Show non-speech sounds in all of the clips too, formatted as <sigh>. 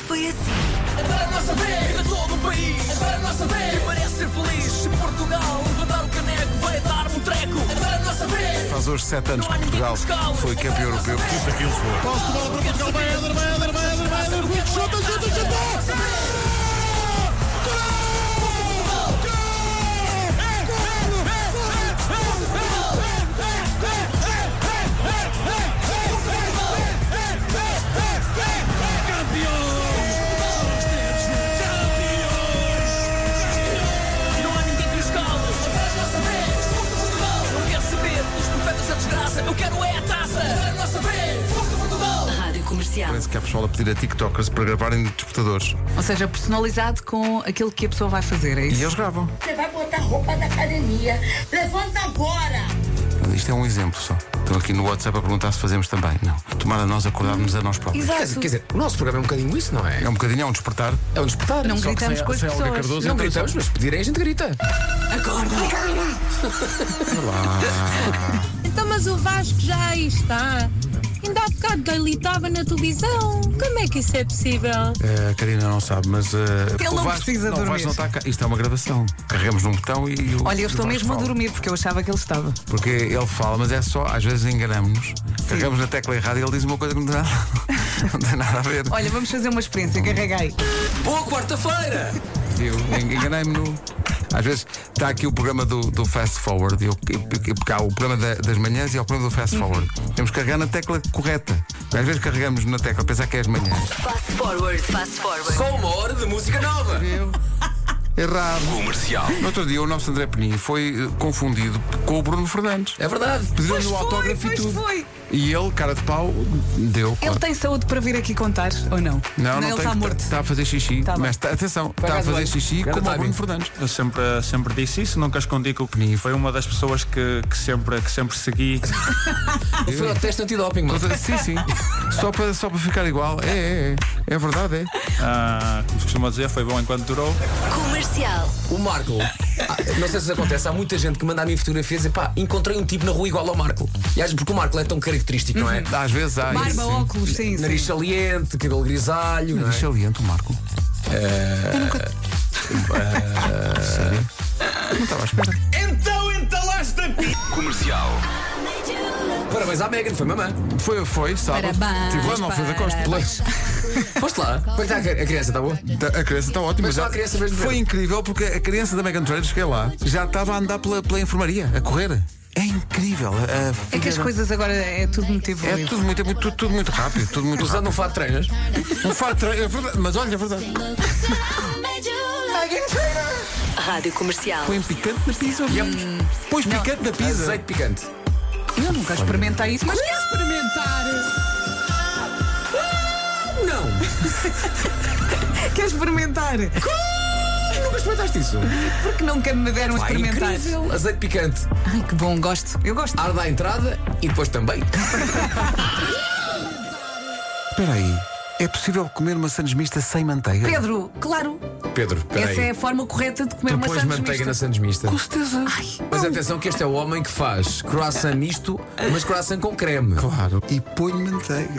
assim. Agora a nossa vez de todo o país. Agora é a nossa vez que merece ser feliz. Se Portugal levantar o caneco, vai dar-me um treco. Agora a nossa vez. Faz hoje sete anos Não que há ninguém Portugal que nos cale. foi campeão europeu. Isso aqui foi. Posso bola para Portugal, vai Éder, vai Éder, vai Éder, vai Éder, Hulk, chuta, chuta, chuta! Não há ninguém que nos cale. Agora é a nossa vez. Força Portugal. Não quero saber dos profetas da desgraça. Eu quero é a taça. Agora é a nossa vez. Força Portugal. Rádio Comercial. Parece que há pessoal a pedir a TikTokers para gravarem despertadores. Ou seja, personalizado com aquilo que a pessoa vai fazer, é E isso? eles gravam. Você vai botar roupa da academia. Levanta agora! Isto é um exemplo só. Estão aqui no WhatsApp a perguntar se fazemos também. Não. Tomara nós acordarmos a nós próprios. Exato. Quer dizer, quer dizer, o nosso programa é um bocadinho isso, não é? É um bocadinho, é um despertar. É um despertar. Não Só que gritamos sem- com as sem a Olga pessoas. Cardoso, então Não Não gritamos, mas se pedirem a gente grita. Então, mas o Vasco já aí está. Ainda há bocado galitava na televisão. Como é que isso é possível? Eh, A Karina não sabe, mas. Ele não precisa não, o dormir. Vasco não está cá. Isto é uma gravação. Carregamos num botão e. o- Olha, e o eu estou Vasco mesmo a fala. dormir porque eu achava que ele estava. Porque ele fala, mas é só, às vezes enganamos. Carregamos na tecla errada e ele diz uma coisa que não tem nada, <laughs> não tem nada a ver. Olha, vamos fazer uma experiência, carrega aí. Boa quarta-feira. Eu en- enganei-me no. Às vezes está aqui o programa do, do Fast Forward, eu, eu, eu, porque há o programa da- das manhãs e há o programa do Fast Forward. Temos que carregar na tecla correta. Às vezes carregamos na tecla, pensar que é as manhãs. Fast forward, fast forward. Só uma hora de música nova. Eu. Errado. Comercial. No outro dia, o nosso André Penin foi eh, confundido com o Bruno Fernandes. É verdade. Pediu-lhe Pois o foi, autógrafo e pois tudo. foi. E ele, cara de pau, deu. claro. Ele tem saúde para vir aqui contar ou não? Não, ele não, tem está que- morto. Está a fazer xixi. Tá bem. mas tá- atenção, está a acaso fazer olho. xixi Grande como o Bruno timing. Fernandes. Eu sempre, sempre disse isso, nunca escondi que o Peni foi uma das pessoas que, que sempre, que sempre segui. Ele foi ao teste antidoping, mano. Outra- Sim, sim. só, para, só para ficar igual. É, é, é. É verdade, é. Ah, como se costuma dizer, foi bom enquanto durou. Comercial. O Marco, ah, não sei se isso acontece, há muita gente que manda a mim fotografias e pá, encontrei um tipo na rua igual ao Marco. E às porque o Marco é tão característico, não é? Às vezes há. Barba, isso, sim. óculos, sim, É sim. Nariz saliente, cabelo grisalho. não é? Eh, Nariz saliente, o Marco. Então entalaste a pi... Parabéns à Megan, foi mamã. Foi, foi, sabe? Parabéns, Tive lá, não fez a costa. Pois. Foste lá. Como é que está a cri- a criança? Está boa? Tá- A criança está ótima. Mas só a criança mesmo. Foi incrível porque a criança da Megan Trainor, cheguei lá, já estava a andar pela, pela enfermaria, a correr. É incrível. a- a É que as figura- coisas agora é tudo muito É evoluído. tudo muito, é muito- tudo, tudo muito rápido, tudo muito Usando rápido. um fato de treinas. Um fato de treino, é verdade, mas olha, é verdade. Rádio Comercial. Põe um picante na pizza. Põe picante na pizza. Azeite picante. Eu nunca experimentei isso, mas quero experimentar. Não! Quero experimentar. Nunca experimentaste isso? Porque nunca me deram a Pá, experimentar. incrível. Azeite picante. Ai, que bom, gosto. Eu gosto. Ar da entrada e depois também. Espera aí. É possível comer maçãs mista sem manteiga? Pedro, claro, Pedro, peraí. essa é a forma correta de comer Tu uma pões sandes manteiga na mista. sandes mista. Com certeza. Mas atenção que este é o homem que faz croissant misto, mas croissant com creme. Claro. E põe-lhe manteiga.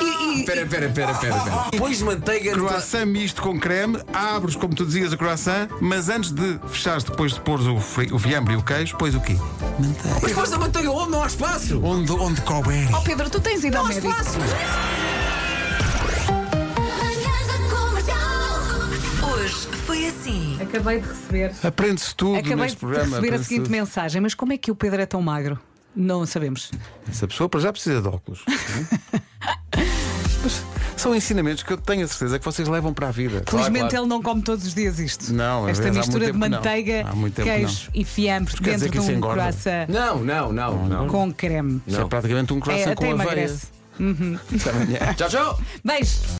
E, e- Pera, pera, pera, pera, pera. Pões manteiga no croissant. Croissant misto com creme, abres, como tu dizias, o croissant, mas antes de fechares, depois de pôres o, fri- o fiambre e o queijo, pões o quê? Manteiga. Mas pões a manteiga onde? Não há espaço. Onde, onde couber. Oh, Pedro, tu tens ido ao médico. Hoje foi assim. Acabei de receber. Aprende-se tudo Acabei de neste programa. receber a aprende-se seguinte tudo. mensagem, mas como é que o Pedro é tão magro? Não sabemos. Essa pessoa para já precisa de óculos. <laughs> não é? Mas são ensinamentos que eu tenho a certeza que vocês levam para a vida. Felizmente ele não come todos os dias isto. Não, às Esta vezes há mistura de muito tempo que não. manteiga, Há muito tempo que queijo e fiambre quer dizer dentro é que de isso um engorda? croissant Não, não, não, não. com creme. Isso é praticamente um É, croissant até com aveia. emagrece. Tchau, tchau. Beijo.